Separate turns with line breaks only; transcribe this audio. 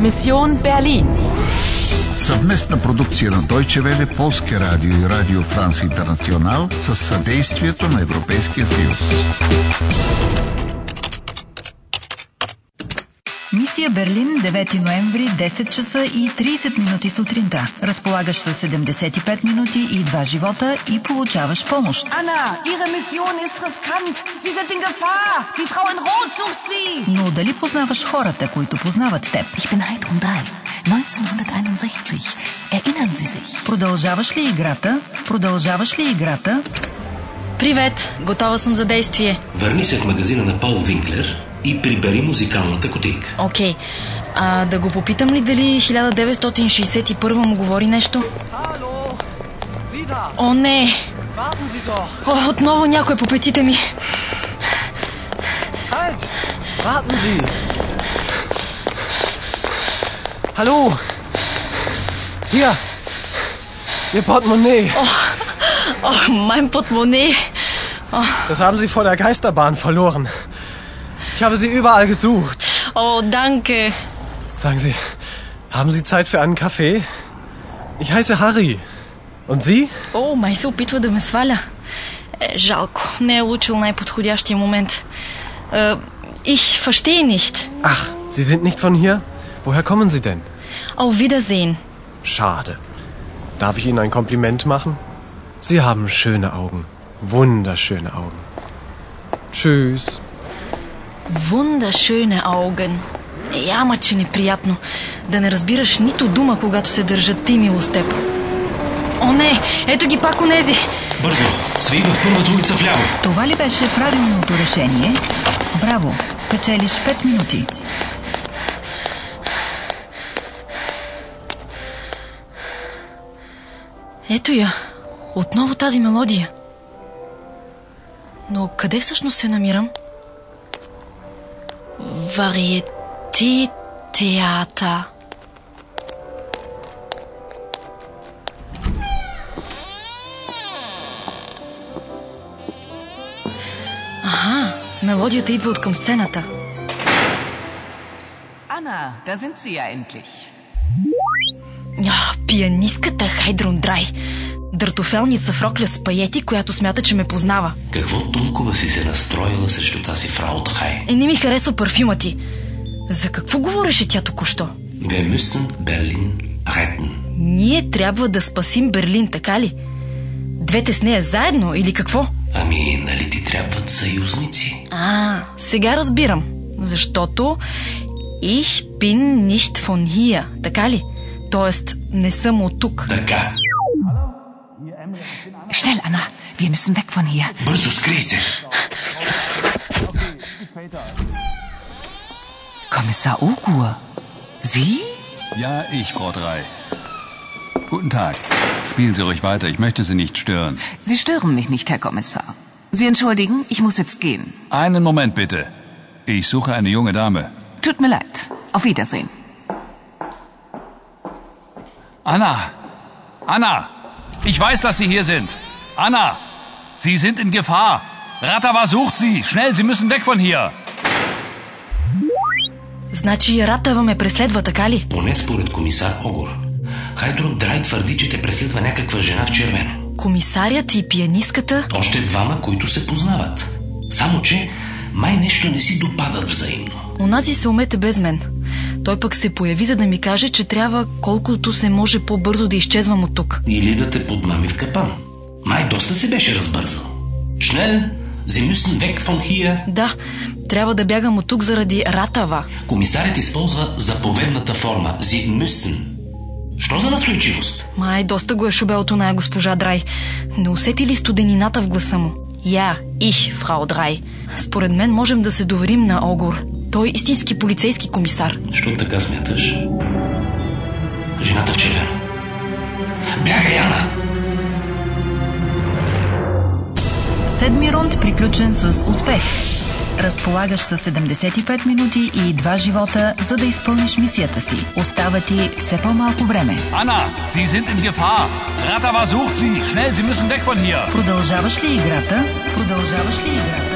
Mission Berlin.
Съвместна продукция на Deutsche Welle, Полския радио и Радио Франс Интернационал с съдействието на Европейския съюз.
Мисия Берлин, 9 ноември, 10 часа и 30 минути сутринта. Разполагаш с 75 минути и 2 живота и получаваш помощ.
Anna, Ihre Mission ist riskant. Sie sind in Gefahr. Die Frau in Rot sucht Sie.
Но дали познаваш хората, които познават теб?
Ich bin Heidrun 3, 1961. Erinnern Sie sich?
Продължаваш ли играта? Продължаваш ли играта?
Привет, готова съм за действие.
Върни се в магазина на Пол Винклер и прибери музикалната кутийка.
Окей. А да го попитам ли дали 1961 му говори нещо?
Hallo! Sie da!
О, не!
Warten Sie doch!
О, отново някой по петите ми.
Halt! Warten Sie! Hallo! Hier! Ihr Portemonnaie!
О, майн потмоне.
Das haben Sie vor der Geisterbahn verloren. Ich habe Sie überall gesucht.
О, данке.
Sagen Sie, haben Sie Zeit für einen Kaffee? Ich heiße Harry. Und Sie?
О, май се опитва да ме сваля. Е, жалко, не е улучил най-подходящия момент. Е, ich verstehe nicht.
Ach, Sie sind nicht von hier? Woher kommen Sie denn?
Auf Wiedersehen.
Schade. Darf ich Ihnen ein Kompliment machen? Sie haben schöne Augen. Wunderschöne Augen. Tschüss.
Wunderschöne Augen. Е, ама, че неприятно. Да не разбираш нито дума, когато се държат ти, милостеп. О, не! Ето ги пак онези!
Бързо! Сви в първата улица вляво!
Това ли беше правилното решение? Браво! Печелиш 5 минути.
Ето я. Отново тази мелодия. Но къде всъщност се намирам? Вариети театър. Аха, мелодията идва от към сцената.
Anna, da sind Sie ja endlich.
Ах, пианистката Хайдрон Драй. Дъртофелница в рокля с паети, която смята, че ме познава.
Какво толкова си се настроила срещу тази фрау Тхай?
Е, не ми харесва парфюма ти. За какво говореше тя току-що?
Wir müssen Berlin retten.
Ние трябва да спасим Берлин, така ли? Двете с нея заедно или какво?
Ами, нали ти трябват съюзници?
А, сега разбирам. Защото Ich bin nicht von hier, така ли? Тоест, не съм от тук.
Така.
Schnell, Anna, wir müssen weg von hier.
Бързо скрий се!
Kommissar Ogur. Sie?
Ja, ich, Frau Drei. Guten Tag. Spielen Sie ruhig weiter, ich möchte Sie nicht stören.
Sie stören mich nicht, Herr Kommissar. Sie entschuldigen, ich muss jetzt gehen.
Einen Moment bitte. Ich suche eine junge Dame.
Tut mir leid. Auf Wiedersehen.
Anna! Anna! Ich weiß, dass Sie hier sind. Anna! Sie sind in Gefahr. Ratava sucht Sie. Schnell, Sie müssen weg von hier.
Значи Ратава ме преследва, така ли?
Поне според комисар Огор. Хайдрон Драй твърди, че те преследва някаква жена в червено.
Комисарят и пианистката?
Още двама, които се познават. Само, че май нещо не си допадат взаимно.
Онази се умете без мен. Той пък се появи, за да ми каже, че трябва колкото се може по-бързо да изчезвам от тук.
Или да те подмами в капан. Май доста се беше разбързал. Шнел, Sie müssen weg von hier.
Да, трябва да бягам от тук заради Ратава.
Комисарят използва заповедната форма Sie müssen. Що за настойчивост?
Май, доста го е шубелото на госпожа Драй. Не усети ли студенината в гласа му? Я, их, фрау Драй. Според мен можем да се доверим на Огор. Той е истински полицейски комисар.
Що така смяташ? Жената в червено. Бягай, Яна!
Седми рунд приключен с успех. Разполагаш с 75 минути и 2 живота, за да изпълниш мисията си. Остава ти все по-малко време.
Anna, Sie sind in Gefahr. Ratava sucht Sie. Schnell, Sie müssen weg von hier.
Продължаваш ли играта? Продължаваш ли играта?